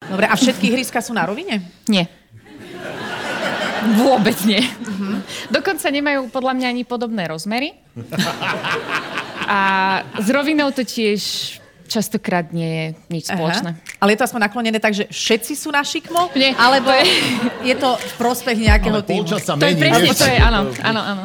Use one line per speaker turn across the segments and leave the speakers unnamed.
Dobre, a všetky ihriska sú na rovine?
Nie. Vôbec nie. Dokonca nemajú podľa mňa ani podobné rozmery. A s rovinou to tiež častokrát nie je nič spoločné.
Aha. Ale je to aspoň naklonené tak, že všetci sú na šikmo?
Nie,
alebo
to je-
je to v prospech nejakého
Ale
týmu?
polčas sa
To je
mení.
presne,
vieš.
to je, áno, áno, áno.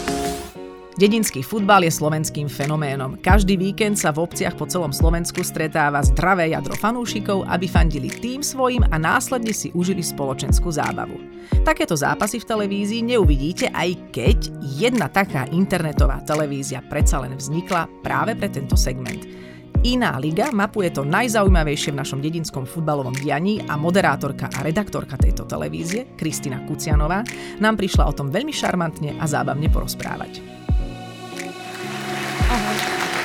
Dedinský futbal je slovenským fenoménom. Každý víkend sa v obciach po celom Slovensku stretáva zdravé jadro fanúšikov, aby fandili tým svojim a následne si užili spoločenskú zábavu. Takéto zápasy v televízii neuvidíte, aj keď jedna taká internetová televízia predsa len vznikla práve pre tento segment. Iná liga mapuje to najzaujímavejšie v našom dedinskom futbalovom dianí a moderátorka a redaktorka tejto televízie, Kristina Kucianová, nám prišla o tom veľmi šarmantne a zábavne porozprávať.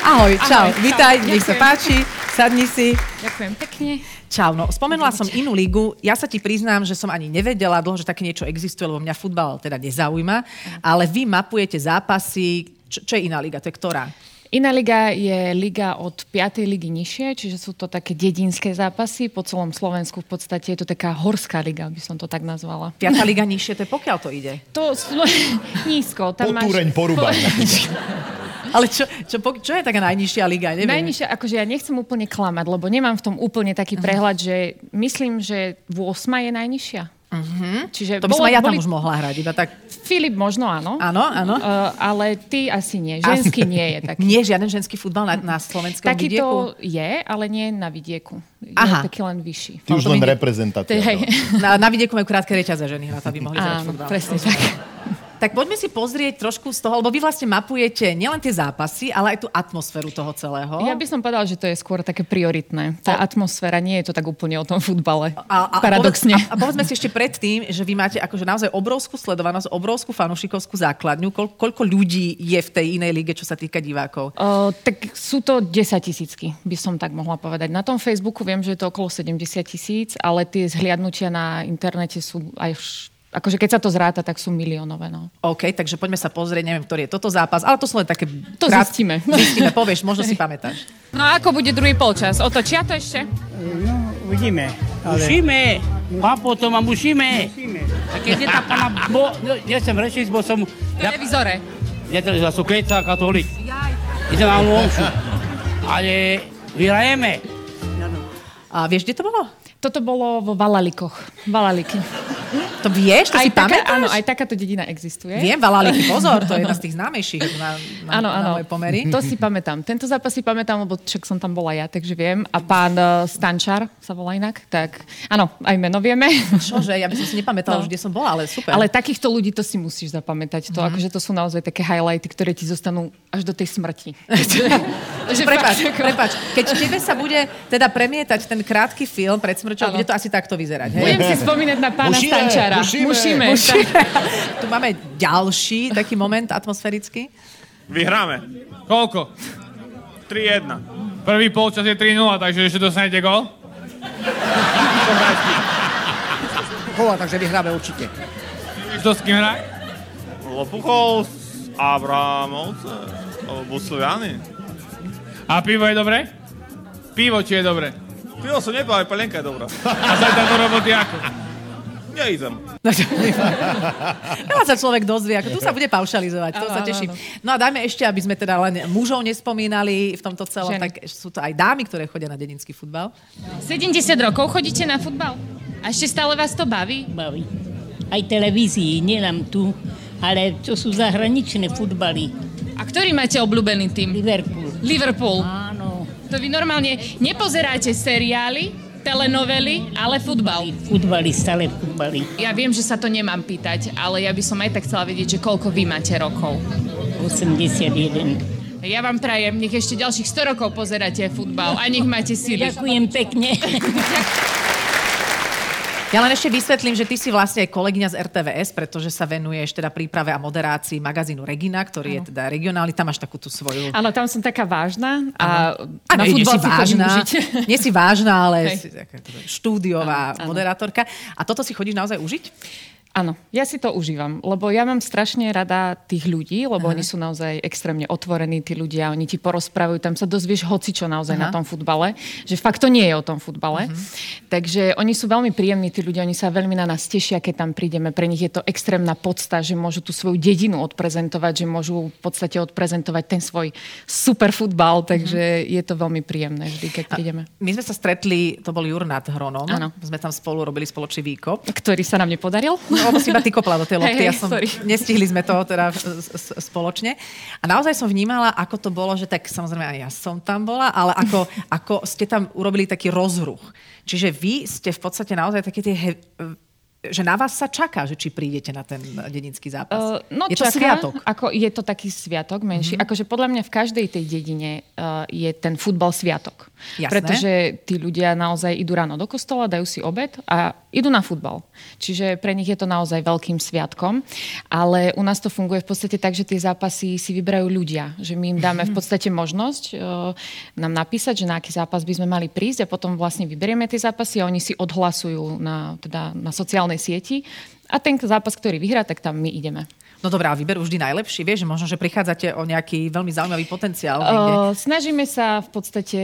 Ahoj, čau,
čau.
vitaj, nech sa
Ďakujem.
páči, sadni si.
Ďakujem pekne.
Čau, no spomenula som inú ligu. Ja sa ti priznám, že som ani nevedela dlho, že také niečo existuje, lebo mňa futbal teda nezaujíma, ale vy mapujete zápasy, čo, čo je iná liga, to je ktorá?
Iná liga je liga od 5. ligy nižšie, čiže sú to také dedinské zápasy po celom Slovensku. V podstate je to taká horská liga, by som to tak nazvala.
Piatá liga nižšie, to je pokiaľ to ide.
To sú nízko. Tam máš-
Potúreň porúba.
Ale čo, čo, pok- čo je taká najnižšia liga? Neviem.
Najnižšia, akože ja nechcem úplne klamať, lebo nemám v tom úplne taký prehľad, že myslím, že 8 je najnižšia. Uh-huh. Čiže
Mhm. To by som
bolo-
aj ja tam
boli-
už mohla hrať, iba tak...
Filip možno áno.
Áno, áno.
Uh, ale ty asi nie. Ženský nie je taký.
Nie žiaden ženský futbal na, na slovenskom vidieku.
Takýto je, ale nie na vidieku. Je
Aha.
taký len vyšší.
Ty už
To
len no.
mi-
reprezentácia.
Hej.
bola.
Na, na vidieku majú krátke reťaze ženy hrať, aby mohli hrať
Áno,
futbal.
presne tak.
Tak poďme si pozrieť trošku z toho, lebo vy vlastne mapujete nielen tie zápasy, ale aj tú atmosféru toho celého.
Ja by som povedala, že to je skôr také prioritné. Tá atmosféra nie je to tak úplne o tom futbale.
A, a,
Paradoxne.
Povedz, a, a povedzme si ešte predtým, že vy máte akože naozaj obrovskú sledovanosť, obrovskú fanúšikovskú základňu. Koľ, koľko ľudí je v tej inej lige, čo sa týka divákov?
Uh, tak sú to 10 tisícky, by som tak mohla povedať. Na tom Facebooku viem, že je to okolo 70 tisíc, ale tie zhliadnutia na internete sú aj... Vš... Akože keď sa to zráta, tak sú miliónové. No.
OK, takže poďme sa pozrieť, neviem, ktorý je toto zápas, ale to sú len také...
To
krát-
zistíme.
Zistíme, povieš, možno si pamätáš.
no a ako bude druhý polčas? Otočia to ešte?
No, uvidíme. Ale...
Musíme, papo, to ma musíme.
Musíme.
A keď je tá pana, bo, no, ja som rečníc, bo som, ja,
Televizore.
ja teraz ja som klecá katolík. Idem na omšu. Ale vyhrajeme.
A vieš, kde to bolo?
Toto bolo vo Valalikoch. Valaliky.
To vieš, to si
taká,
pamätáš?
áno, aj takáto dedina existuje.
Viem, Valaliky, pozor, to je jedna z tých známejších na, na,
Áno,
na
áno.
moje pomery.
To si pamätám. Tento zápas si pamätám, lebo však som tam bola ja, takže viem. A pán uh, Stančar sa volá inak, tak áno, aj meno vieme.
Čože, ja by som si nepamätala,
No.
už, kde som bola, ale super. Mhm.
Ale takýchto ľudí to si musíš zapamätať. To, akože to sú naozaj také highlighty, ktoré ti zostanú až do tej smrti. že
Prepač,
fakt ako-
prepač. Keď tebe sa bude teda premietať ten krátky film pred smrťou,
Áno.
bude to asi takto vyzerať. Hej?
Budem si spomínať na pána
Musíme,
Stančara.
musíme.
musíme.
Tu máme ďalší taký moment atmosférický.
Vyhráme.
Koľko?
3-1.
Prvý polčas je 3-0, takže ešte dostanete gol?
Kola, takže vyhráme určite.
Vieš to s kým hrať?
Lopuchov z Abramovce. Alebo Sloviany.
A pivo je dobre? Pivo či je dobre?
Pivo som nepal, aj palenka je dobrá.
A zajtra do roboty ako?
Nejdem.
No, to- Veľa No sa človek dozvie, ako tu sa bude paušalizovať, to
Áno,
sa
áno,
teším.
áno.
No a dajme ešte, aby sme teda len mužov nespomínali v tomto celom,
Ženy.
tak sú to aj dámy, ktoré chodia na dedinský futbal.
70 rokov chodíte na futbal? A ešte stále vás to baví?
baví. Aj televízii, nielen tu, ale to sú zahraničné futbaly.
A ktorý máte obľúbený tým?
Liverpool.
Liverpool.
Áno,
To vy normálne nepozeráte seriály, telenovely, ale futbal.
futbaly, stále futbaly.
Ja viem, že sa to nemám pýtať, ale ja by som aj tak chcela vedieť, že koľko vy máte rokov.
81.
Ja vám prajem, nech ešte ďalších 100 rokov pozeráte futbal a nech máte síly.
Ďakujem pekne.
Ja Ja len ešte vysvetlím, že ty si vlastne aj kolegyňa z RTVS, pretože sa venuješ teda príprave a moderácii magazínu Regina, ktorý je teda regionálny, tam máš takú tú svoju...
Áno, tam som taká vážna a
Áno,
na
nie si
futbal si chodím
vážna,
užiť.
nie si vážna, ale
Hej.
si taká teda štúdiová moderátorka. A toto si chodíš naozaj užiť?
Áno, ja si to užívam, lebo ja mám strašne rada tých ľudí, lebo Aha. oni sú naozaj extrémne otvorení, tí ľudia, oni ti porozprávajú, tam sa dozvieš hocičo naozaj Aha. na tom futbale, že fakt to nie je o tom futbale.
Mhm.
Takže oni sú veľmi príjemní, tí ľudia, oni sa veľmi na nás tešia, keď tam prídeme. Pre nich je to extrémna podsta, že môžu tú svoju dedinu odprezentovať, že môžu v podstate odprezentovať ten svoj super
Mhm.
futbal, takže je to veľmi príjemné vždy, keď prídeme.
My sme sa stretli, to bol Jur nad Hronom,
Áno.
sme tam spolu robili spoločný výkop.
Ktorý sa nám nepodaril?
No, lebo si iba ty kopla do tej lopty. ja
Hej, hej,
som,
sorry.
nestihli sme to teda s- s- spoločne. A naozaj som vnímala, ako to bolo, že tak samozrejme aj ja som tam bola, ale ako, ako ste tam urobili taký rozruch. Čiže vy ste v podstate naozaj také tie... He, že na vás sa čaká, že či prídete na ten dedinský zápas.
Uh, no,
je to
čaká,
sviatok.
Ako, je to taký sviatok menší. Mm-hmm. Akože podľa mňa v každej tej dedine uh, je ten futbal sviatok.
Jasné.
Pretože tí ľudia naozaj idú ráno do kostola, dajú si obed a idú na futbal. Čiže pre nich je to naozaj veľkým sviatkom. Ale u nás to funguje v podstate tak, že tie zápasy si vyberajú ľudia. Že my im dáme v podstate možnosť uh, nám napísať, že na aký zápas by sme mali prísť a potom vlastne vyberieme tie zápasy a oni si odhlasujú na, teda, na sociálnej sieti. A ten zápas, ktorý vyhrá, tak tam my ideme.
No dobrá, vyberú vždy najlepší. Vieš, že možno, že prichádzate o nejaký veľmi zaujímavý potenciál. niekde.
Uh, snažíme sa v podstate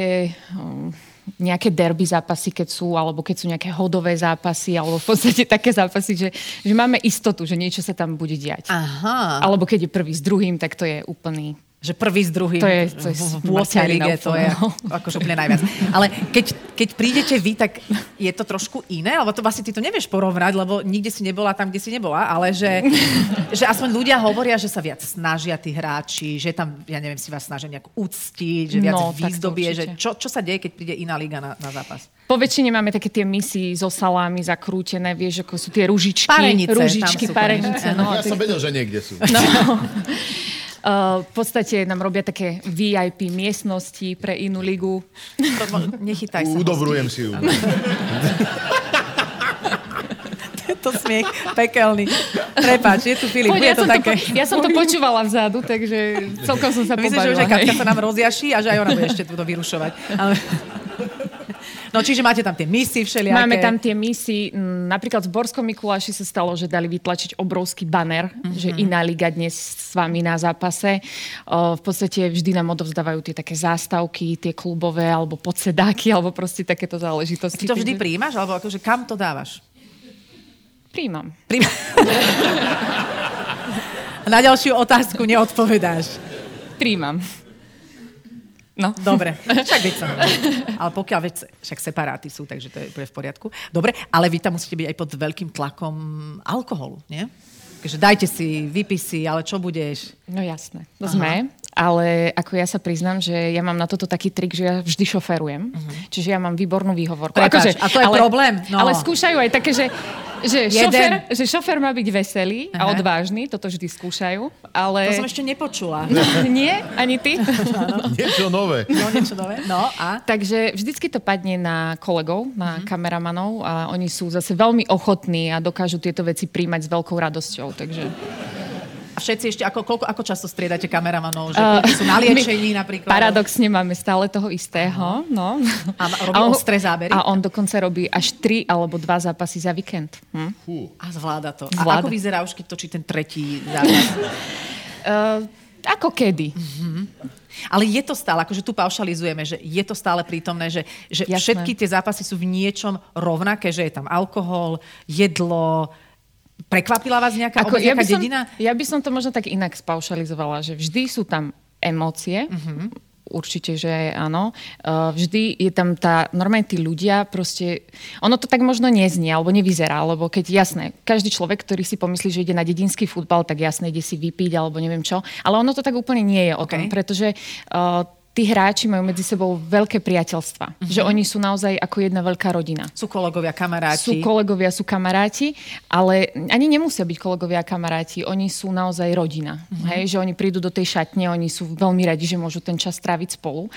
um, nejaké derby zápasy, keď sú, alebo keď sú nejaké hodové zápasy, alebo v podstate také zápasy, že, že máme istotu, že niečo sa tam bude diať.
Aha,
Alebo keď je prvý s druhým, tak to je úplný...
že prvý s druhým
To je- to je
v 8.
smrteľina
lige, to je
úplne, no.
akože úplne najviac. Ale keď, keď prídete vy, tak je to trošku iné, alebo to vlastne ty to nevieš porovnať, lebo nikde si nebola tam, kde si nebola, ale že, že aspoň ľudia hovoria, že sa viac snažia tí hráči, že tam, ja neviem, si vás snažia nejak uctiť, že viac
No, tak to
výzdobie, že
určite.
čo, čo sa deje, keď príde iná liga na, na zápas.
Po väčšine máme také tie misy so salámi zakrútené, vieš, ako sú tie ružičky.
Parenice, tam
ružičky,
sú
parenice.
konečne.
No, a
Ja
tie-
som vedel, že niekde sú.
Uh, v podstate nám robia také VIP miestnosti pre inú ligu.
To, mo- nechytaj sa.
Udobrujem si ju.
no.
To smiech pekelný. Prepáč, je tu Filip,
Poď,
bude
ja,
to
som
také.
po, ja som to počúvala vzadu, takže celkom som sa
Myslím, že už
pobavila.
aj Katka
hej.
sa nám rozjaší a že aj ona bude ešte túto vyrušovať. Ale... No čiže máte tam tie misy všelijaké.
Máme tam tie misy, mm, napríklad v Borskom Mikuláši sa stalo, že dali vytlačiť obrovský baner, mm-hmm. že iná liga dnes s vami na zápase. O, v podstate vždy nám odovzdávajú tie také zástavky, tie klubové, alebo podsedáky, alebo proste takéto
Ty
záležitosti.
to vždy
Takže
príjmaš? Alebo akože kam to dávaš?
príjmam.
Príjma... Na ďalšiu otázku neodpovedáš.
Príjmam. No.
Dobre, však veď sa Ale pokiaľ veď, však separáty sú, takže to je úplne v poriadku. Dobre, ale vy tam musíte byť aj pod veľkým tlakom alkoholu, nie? Takže dajte si, vypí si, ale čo budeš?
No jasné, to sme. Ale ako ja sa priznám, že ja mám na toto taký trik, že ja vždy šoferujem. Čiže ja mám výbornú výhovorku.
Prepáč, Mhm. a to je problém? No.
No. Ale skúšajú aj také, že, že,
Jeden.
šofer, že šofer má byť veselý a
Aha.
odvážny. Toto vždy skúšajú.
To
Ale... No,
som ešte nepočula.
Nie, ani ty.
Niečo nové.
No, niečo nové. No a?
Takže vždycky to padne na kolegov, na
Mhm.
mm-hmm. kameramanov a oni sú zase veľmi ochotní a dokážu tieto veci príjmať s veľkou radosťou. Takže...
A všetci ešte, ako, koľko, ako často striedate kameramanov? Že uh, sú na liečení napríklad?
Eh, Paradoxne máme stále toho istého. No.
A ma- robí ostré zábery?
A on dokonca robí až tri alebo dva zápasy za víkend. Hm?
A zvláda to. A
Zvláda.
ako vyzerá už, keď točí ten tretí zápas?
Uh, ako kedy?
Ale je to stále, akože tu paušalizujeme, že je to stále prítomné, že, že
Jasné.
všetky tie zápasy sú v niečom rovnaké, že je tam alkohol, jedlo, Prekvapila vás nejaká,
Ako,
ako,
ja,
nejaká
by som,
dedina?
ja by som to možno tak inak spaušalizovala, že vždy sú tam emócie,
Mhm.
určite, že áno. Uh, Vždy je tam tá, normálne tí ľudia proste, ono to tak možno neznie alebo nevyzerá, lebo keď jasné, každý človek, ktorý si pomyslí, že ide na dedinský futbal, tak jasné, ide si vypiť alebo neviem čo, ale ono to tak úplne nie je o tom,
Ok.
pretože uh, tí hráči majú medzi sebou veľké priateľstva,
Mhm.
že oni sú naozaj ako jedna veľká rodina.
Sú kolegovia, kamaráti.
Sú kolegovia, sú kamaráti, ale ani nemusia byť kolegovia a kamaráti. Oni sú naozaj rodina. Mm-hmm. Hej? Že oni prídu do tej šatne, oni sú veľmi radi, že môžu ten čas stráviť spolu.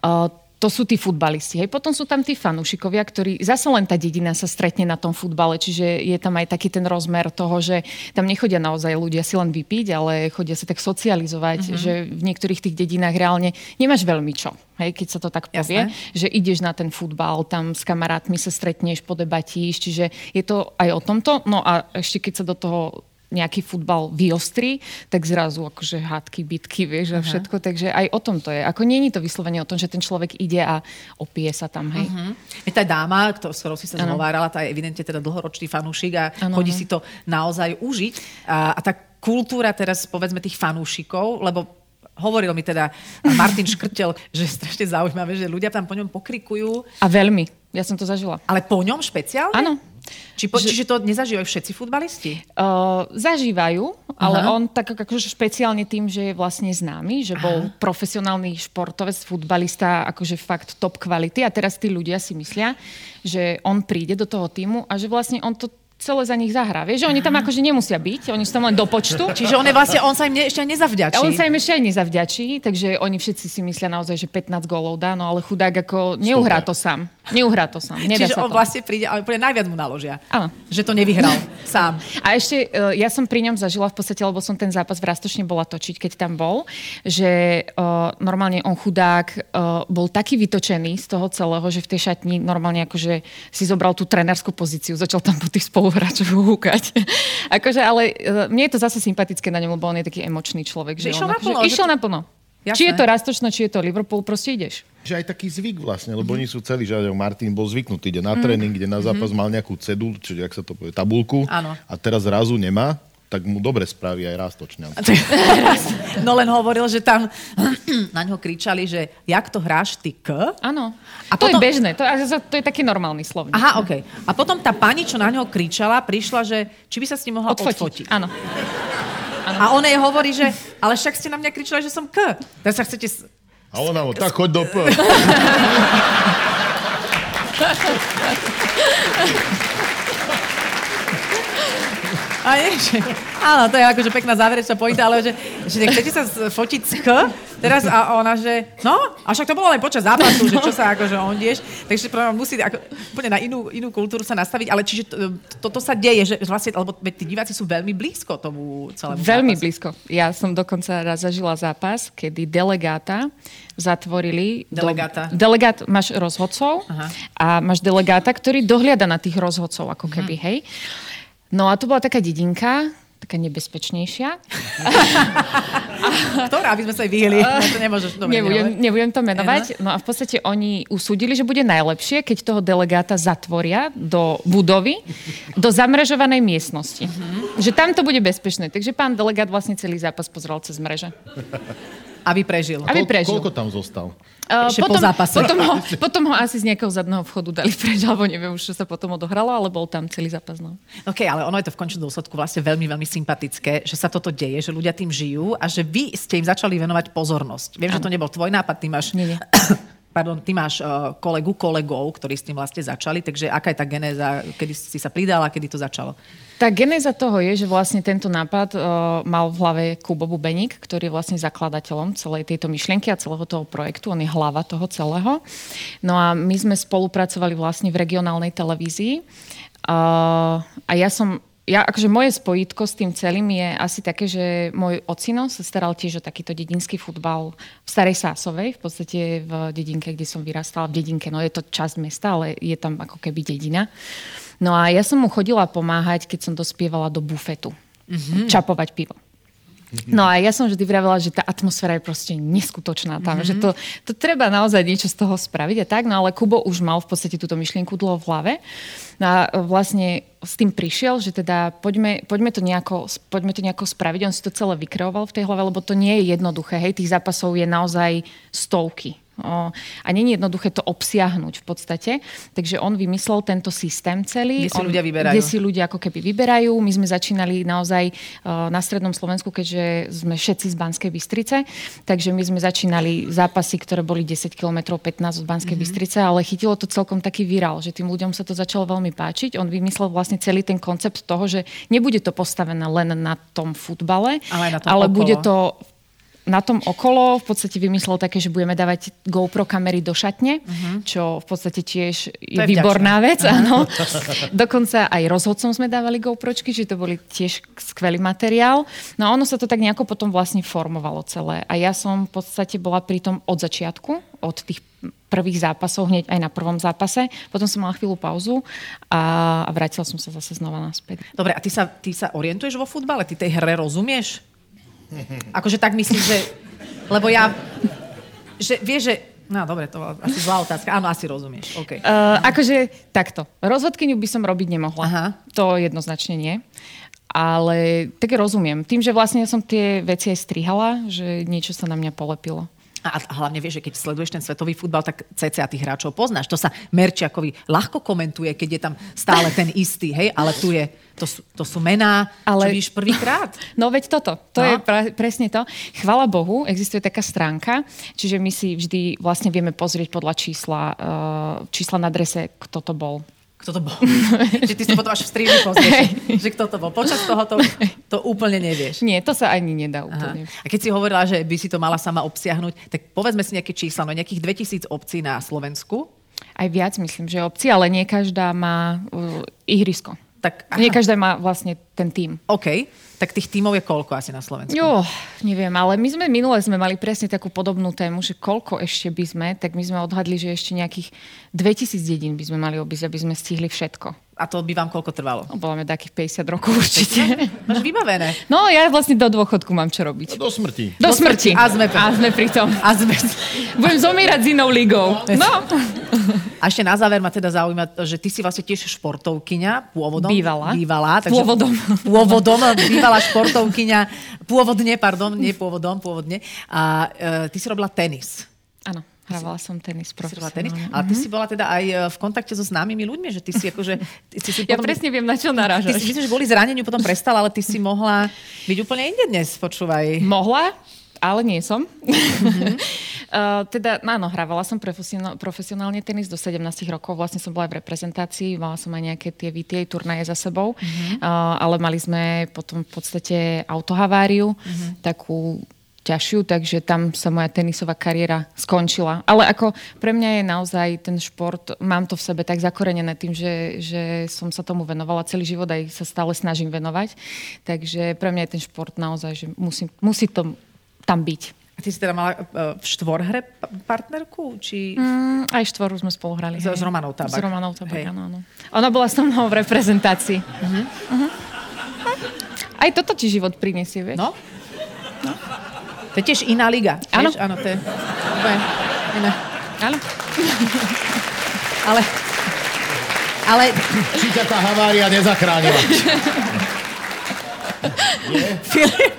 Uh, to sú tí futbalisti. Hej. Potom sú tam tí fanúšikovia, ktorí zase len tá dedina sa stretne na tom futbale, čiže je tam aj taký ten rozmer toho, že tam nechodia naozaj ľudia si len vypiť, ale chodia sa tak socializovať, mm-hmm. že v niektorých tých dedinách reálne nemáš veľmi čo. Hej, keď sa to tak
Jasné.
povie, že ideš na ten futbal, tam s kamarátmi sa stretneš, podebatíš, čiže je to aj o tomto. No a ešte keď sa do toho nejaký futbal vyostrí, tak zrazu akože hádky, bitky, vieš, a všetko. Takže aj o tom to je. Ako není to vyslovene o tom, že ten človek ide a opije sa tam, hej. Uh-huh.
Je tá dáma, kto, s ktorou si sa zhovárala, tá je evidentne teda dlhoročný fanúšik a
Áno,
chodí
áno.
si to naozaj užiť. A, a tá kultúra teraz, povedzme, tých fanúšikov, lebo hovoril mi teda Martin Škrtel, že je strašne zaujímavé, že ľudia tam po ňom pokrikujú,
A veľmi. Ja som to zažila.
ale po ňom špeciálne?
Áno.
Či po, Čiže to nezažívajú všetci futbalisti?
Uh, zažívajú, ale
Aha.
Aha. on tak akože špeciálne tým, že je vlastne známy, že bol Aha. profesionálny športovec, futbalista, akože fakt top kvality a teraz tí ľudia si myslia, že on príde do toho týmu a že vlastne on to celé za nich zahrá. Vieš, že oni tam akože nemusia byť, oni sú tam len do počtu.
Čiže on je vlastne, on sa im ne, ešte aj nezavďačí.
A on sa im ešte aj nezavďačí, takže oni všetci si myslia naozaj, že 15 gólov dá, no ale chudák ako neuhrá to sám. Neuhrá to sám. Nedá
Čiže
sa
on
to.
vlastne príde, ale úplne najviac mu naložia.
Áno.
Že to nevyhral sám.
A ešte, e, ja som pri ňom zažila v podstate, lebo som ten zápas v Rastošne bola točiť, keď tam bol, že e, normálne on chudák e, bol taký vytočený z toho celého, že v tej šatni normálne akože si zobral tú trenárskú pozíciu, začal tam po tých spoluhráčoch húkať. akože, ale e, mne je to zase sympatické na ňom, lebo on je taký emočný človek. Že
Išiel
on, akože
naplno, že
Išiel
to-
naplno.
Jasné.
Či je to Rastošno, či je to Liverpool, proste ideš.
Že aj taký zvyk vlastne, lebo oni sú celí, že aj Martin bol zvyknutý, ide na
Mhm.
tréning, ide na zápas, mal nejakú cedul, čiže ak sa to povie, tabulku
Áno.
a teraz zrazu nemá, tak mu dobre spraví aj rástočňan.
No len hovoril, že tam na ňo kričali, že jak to hráš ty k?
Áno.
A
A to
potom-
je bežné, to, to je taký normálny slovník.
Aha, OK. A potom tá pani, čo na ňo kričala, prišla, že či by sa s ním mohla odfotiť.
Odfotiť. Áno.
A on jej hovorí, že ale však ste na mňa kričali, že som k. Teraz sa chcete... s-
A ona mu, tak choď do p.
A nie, že... Áno, to je akože pekná záverečná pointa, ale že, že chcete sa s- fotiť s k? Teraz a ona, že no, a však to bolo len počas zápasu, že čo sa akože ondieš. Takže práve musí ako, úplne na inú, inú kultúru sa nastaviť, ale čiže t- toto sa deje, že vlastne, alebo veď tí diváci sú veľmi blízko tomu celému
Veľmi
zápasu.
blízko. Ja som dokonca raz zažila zápas, kedy delegáta zatvorili...
Delegáta.
Do, delegát, máš rozhodcov
Aha.
Aha. a máš delegáta, ktorý dohliada na tých rozhodcov,
Mhm.
ako keby, hej. No a to bola taká dedinka, taká nebezpečnejšia.
Ktorá, aby sme sa jej vyhli. No, to nemôžeš dobre
nebudem,
menovať.
nebudem to menovať. No a v podstate oni usúdili, že bude najlepšie, keď toho delegáta zatvoria do budovy, do zamrežovanej miestnosti.
Mhm.
Že tam to bude bezpečné. Takže pán delegát vlastne celý zápas pozeral cez mreže.
Aby prežil.
Aby prežil.
Koľko tam zostal?
Uh,
Ešte po zápase.
Potom ho, potom ho asi z nejakého zadného vchodu dali preč, alebo neviem už, čo sa potom odohralo, ale bol tam celý zápas. No.
OK, ale ono je to v končnom dôsledku vlastne veľmi, veľmi sympatické, že sa toto deje, že ľudia tým žijú a že vy ste im začali venovať pozornosť. Viem, že to nebol tvoj nápad, ty máš...
Nie, nie.
Pardon, ty máš eh, kolegu kolegov, ktorí s tým vlastne začali, takže aká je tá genéza, kedy si sa pridala, kedy to začalo?
Tá genéza toho je, že vlastne tento nápad uh, mal v hlave Kubo Bubeník, ktorý je vlastne zakladateľom celej tejto myšlienky a celého toho projektu. On je hlava toho celého. No a my sme spolupracovali vlastne v regionálnej televízii. Uh, a ja som ja, akože moje spojitko s tým celým je asi také, že môj ocino sa staral tiež o takýto dedinský futbal v Starej Sásovej, v podstate v dedinke, kde som vyrastala, v dedinke, no je to časť mesta, ale je tam ako keby dedina. No a ja som mu chodila pomáhať, keď som dospievala do bufetu. Mm-hmm. Čapovať pivo. No a ja som vždy vravela, že tá atmosféra je proste neskutočná tam,
Mhm.
mm-hmm. že to, to treba naozaj niečo z toho spraviť a tak, no ale Kubo už mal v podstate túto myšlienku dlho v hlave no a e, vlastne s tým prišiel, že teda poďme, poďme, to nejako, poďme to nejako spraviť, on si to celé vykreoval v tej hlave, lebo to nie je jednoduché, hej, tých zápasov je naozaj stovky. O, a není jednoduché to obsiahnuť v podstate. Takže on vymyslel tento systém celý.
Kde si
on,
ľudia vyberajú.
Kde si ľudia ako keby vyberajú. My sme začínali naozaj uh, na Strednom Slovensku, keďže sme všetci z Banskej Bystrice, takže my sme začínali zápasy, ktoré boli 10 km 15 od Banskej
Mhm.
mm-hmm. Bystrice, ale chytilo to celkom taký virál, že tým ľuďom sa to začalo veľmi páčiť. On vymyslel vlastne celý ten koncept toho, že nebude to postavené len na tom futbale,
Ale aj na tom
ale
okolo.
bude to na tom okolo v podstate vymyslel také, že budeme dávať GoPro kamery do šatne, uh-huh. čo v podstate tiež je,
Mhm. To je Mhm.
je výborná vec. Áno. Dokonca aj rozhodcom sme dávali GoPročky, že to boli tiež skvelý materiál. No a ono sa to tak nejako potom vlastne formovalo celé. A ja som v podstate bola pri tom od začiatku, od tých prvých zápasov, hneď aj na prvom zápase. Potom som mala chvíľu pauzu a, a vrátila som sa zase znova naspäť.
Dobre, a ty sa, ty sa orientuješ vo futbale? Ty tej hre rozumieš? Akože tak myslím, že... Lebo ja... Že vieš, že... No dobre, to bola asi zlá otázka. Áno, asi rozumieš. OK.
Uh, akože takto. Rozhodkyňu by som robiť nemohla.
Aha.
To jednoznačne nie. Ale tak rozumiem. Tým, že vlastne som tie veci aj strihala, že niečo sa na mňa polepilo.
A a hlavne vieš, že keď sleduješ ten svetový futbal, tak cca tých hráčov poznáš. To sa Merčiakovi ľahko komentuje, keď je tam stále ten istý, hej, ale tu je, to sú, to sú mená, ale... čo
Ale-
vidíš prvýkrát.
No veď toto,
No.
to no. je pra- presne to. Chvala Bohu, existuje taká stránka, čiže my si vždy vlastne vieme pozrieť podľa čísla, uh, čísla na drese, kto to bol.
Kto to bol? že ty si potom až v streamu pozrieš, že kto to bol. Počas toho to, to úplne nevieš.
Nie, to sa ani
Aha.
nedá úplne. Aha.
A keď si hovorila, že by si to mala sama obsiahnuť, tak povedzme si nejaké čísla, no nejakých 2000 obcí na Slovensku,
Aj viac myslím, že obci, ale nie každá má uh, ihrisko.
tak
Aha. Nie každá má vlastne ten tým.
OK, tak tých tímov je koľko asi na Slovensku?
Jo, neviem, ale my sme minule sme mali presne takú podobnú tému, že koľko ešte by sme, tak my sme odhadli, že ešte nejakých 2000 dedín by sme mali obísť, aby sme stihli všetko.
A to by vám koľko trvalo?
No, bolo mi takých 50 rokov určite.
Máš vybavené.
No, ja vlastne do dôchodku mám čo robiť.
No, Do smrti.
Do
Do smrti.
smrti.
A sme pri-
A sme pri tom.
A sme...
Budem zomierať s inou ligou. No,
A ešte na záver ma teda zaujíma, že ty si vlastne tiež športovkyňa pôvodom.
Bývala.
Bývala.
Pôvodom.
Pôvodom, bývala športovkyňa. Pôvodne, pardon, nie pôvodom, pôvodne. A e, ty si robila tenis.
áno, hrávala som tenis
Ty si robila tenis.
profesionálne.
A ty si bola teda aj e, v kontakte so známymi ľuďmi, že ty si akože... Ty si, si
Ja
potom,
presne viem, na
Ty
čo
si
narážaš.
myslím, že kvôli zraneniu potom prestala, ale ty si mohla byť úplne inde dnes, počúvaj.
Mohla, ale nie som. Mm-hmm. uh, teda, no áno, hrávala som profesionál, profesionálne tenis do 17 rokov, vlastne som bola aj v reprezentácii, mala som aj nejaké tie VTA turnaje za sebou, mm-hmm. uh, ale mali sme potom v podstate autohaváriu, mm-hmm. takú ťažšiu, takže tam sa moja tenisová kariéra skončila. Ale ako pre mňa je naozaj ten šport, mám to v sebe tak zakorenené tým, že, že som sa tomu venovala celý život, aj sa stále snažím venovať. Takže pre mňa je ten šport naozaj, že musí, musí to tam byť.
A ty si teda mala e, v štvorhre pa- partnerku? Či...
Mm, aj štvoru sme spolu hrali.
S-
hej.
s Romanou Tabak.
S Romanou Tabak,
Hej. Mhm.
áno, áno. Ona bola so mnou v reprezentácii. Uh-huh. Uh-huh. Aj toto ti život prinesie, vieš?
No. To je tiež iná liga.
Áno.
vieš? Áno, to je úplne iné.
Áno.
Ale, ale
Či ťa tá havária nezachránila?
Filip,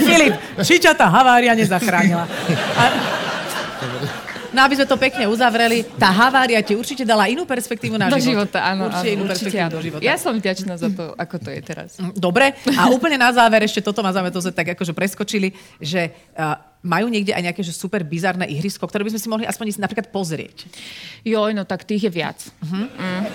Filip, či ťa tá havária nezachránila? A, no aby sme to pekne uzavreli, tá havária ti určite dala inú perspektívu na
Do
život.
života, áno.
Určite
áno,
inú
určite
perspektívu
áno.
do života. Mm,
Ja som vďačná za to, ako to je teraz.
Dobre, a úplne na záver ešte toto ma zaujíma, to sme tak akože preskočili, že uh, majú niekde aj nejaké že super bizarné ihrisko, ktoré by sme si mohli aspoň napríklad pozrieť.
Joj, no tak tých je viac. Mm.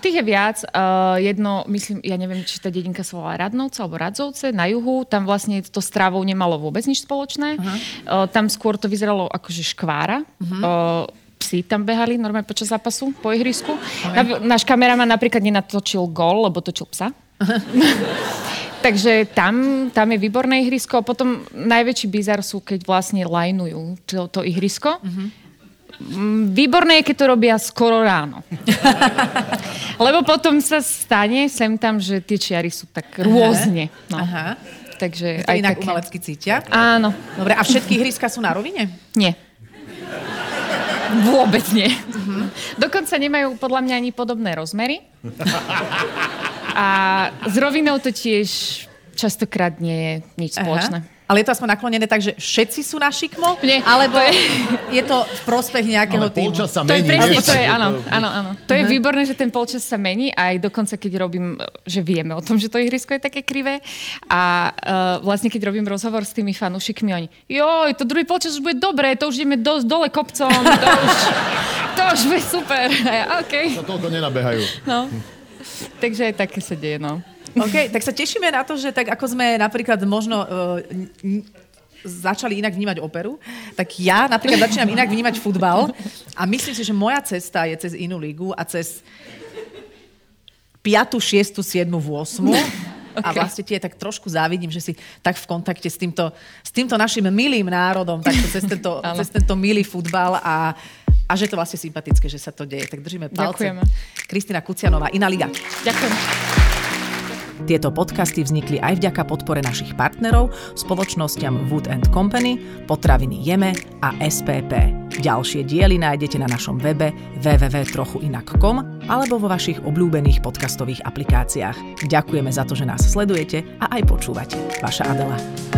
Tých je viac. Uh, jedno, myslím, ja neviem, či tá dedinka sa volá Radnovce alebo Radzovce na juhu. Tam vlastne to s trávou nemalo vôbec nič spoločné. Uh, tam skôr to vyzeralo akože škvára. Uh-huh. Uh, psi tam behali normálne počas zápasu po ihrisku. Okay. Náš kameraman napríklad nenatočil gol, lebo točil psa. Takže tam, tam je výborné ihrisko. Potom najväčší bizar sú, keď vlastne lajnujú to, to ihrisko. Mm, Výborné je, keď to robia skoro ráno. Lebo potom sa stane sem tam, že tie čiary sú tak rôzne. No.
Aha.
Takže
To
aj
inak
také.
umelecky cítia.
Áno,
Dobre, a všetky ihriska sú na rovine?
nie. Vôbec nie. Dokonca nemajú podľa mňa ani podobné rozmery. A s rovinou to tiež častokrát nie je nič spoločné.
Aha. Ale je to aspoň naklonené tak, že všetci sú na šikmo?
Nie,
alebo
to je-
je to v prospech nejakého
Ale
týmu?
polčas sa
To je
mení.
presne,
vieš.
to je, áno, áno, áno. To je výborné, že ten polčas sa mení a aj dokonca, keď robím, že vieme o tom, že to ihrisko je také krivé a uh, vlastne, keď robím rozhovor s tými fanúšikmi, oni, joj, to druhý polčas už bude dobré, to už ideme do, dole kopcom, to už, to už bude super. A ja, OK.
To toľko nenabehajú.
No. Takže aj také sa deje, no.
OK, tak sa tešíme na to, že tak ako sme napríklad možno uh, e, začali inak vnímať operu, tak ja napríklad začínam inak vnímať futbal a myslím si, že moja cesta je cez inú ligu a cez 5., 6., 7., 8. A vlastne tie tak trošku závidím, že si tak v kontakte s týmto, s týmto našim milým národom, takto cez tento,
Áno.
cez tento milý futbal a, a že to vlastne sympatické, že sa to deje. Tak držíme palce.
Ďakujeme.
Kristina Kucianová, Iná liga.
Ďakujem.
Tieto podcasty vznikli aj vďaka podpore našich partnerov, spoločnosťam Wood and Company, Potraviny Jeme a SPP. Ďalšie diely nájdete na našom webe www.trochuinak.com alebo vo vašich obľúbených podcastových aplikáciách. Ďakujeme za to, že nás sledujete a aj počúvate. Vaša Adela.